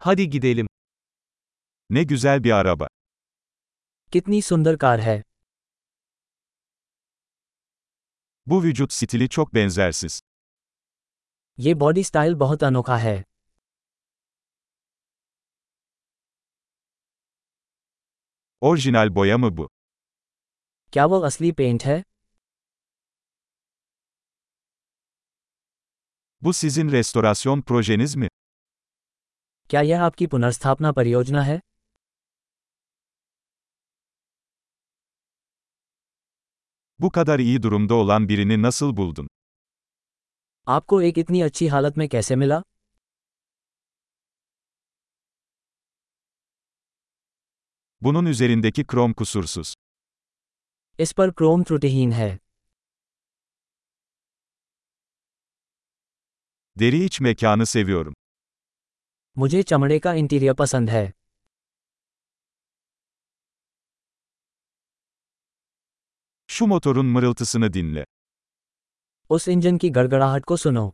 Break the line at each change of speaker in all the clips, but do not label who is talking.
Hadi gidelim. Ne güzel bir araba.
कितनी सुंदर car है
Bu vücut stili çok benzersiz.
ये बॉडी स्टाइल बहुत अनोखा है
Orijinal boya mı bu?
क्या वो असली पेंट है
Bu sizin restorasyon projeniz mi?
क्या यह आपकी पुनर्स्थापना परियोजना है
Bu kadar iyi durumda olan birini nasıl buldun?
आपको एक इतनी अच्छी हालत में कैसे मिला
Bunun üzerindeki krom kusursuz.
इस पर क्रोम त्रुटिहीन है
Deri iç mekanı seviyorum.
मुझे चमड़े का इंटीरियर पसंद है
Şu motorun mırıltısını dinle.
उस इंजन की गड़गड़ाहट को सुनो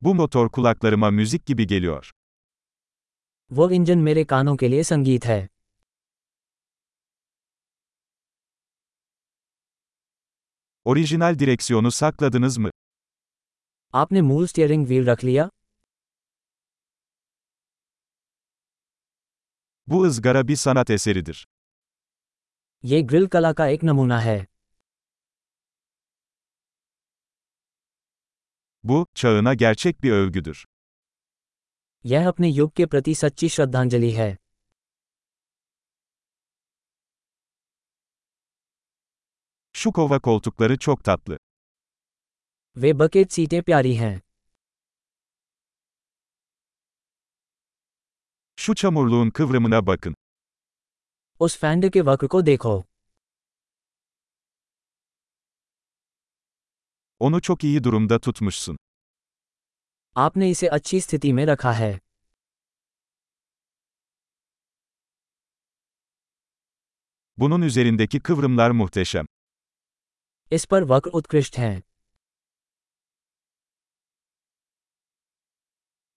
Bu motor kulaklarıma müzik gibi geliyor.
वो इंजन मेरे कानों के लिए संगीत है
Orijinal direksiyonu sakladınız mı?
आपने मूल स्टीयरिंग व्हील रख लिया
Bu ızgara bir sanat eseridir.
ये ग्रिल कला का एक नमूना है
Bu, çağına gerçek bir övgüdür.
यह अपने युग के प्रति सच्ची श्रद्धांजलि है
Şu kova koltukları çok tatlı.
वे बकेट सीटें प्यारी हैं
Şu çamurluğun kıvrımına bakın.
उस फैंड के वक्र को देखो
Onu çok iyi durumda tutmuşsun.
आपने इसे अच्छी स्थिति में रखा है
Bunun üzerindeki kıvrımlar muhteşem.
इस पर वक्र उत्कृष्ट हैं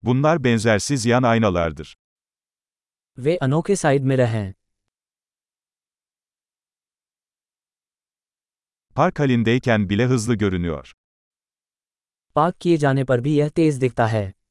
Bunlar benzersiz yan aynalardır.
वे अनोखे साइड मिरर हैं
Park halindeyken bile hızlı görünüyor.
Park किए जाने पर भी यह तेज दिखता है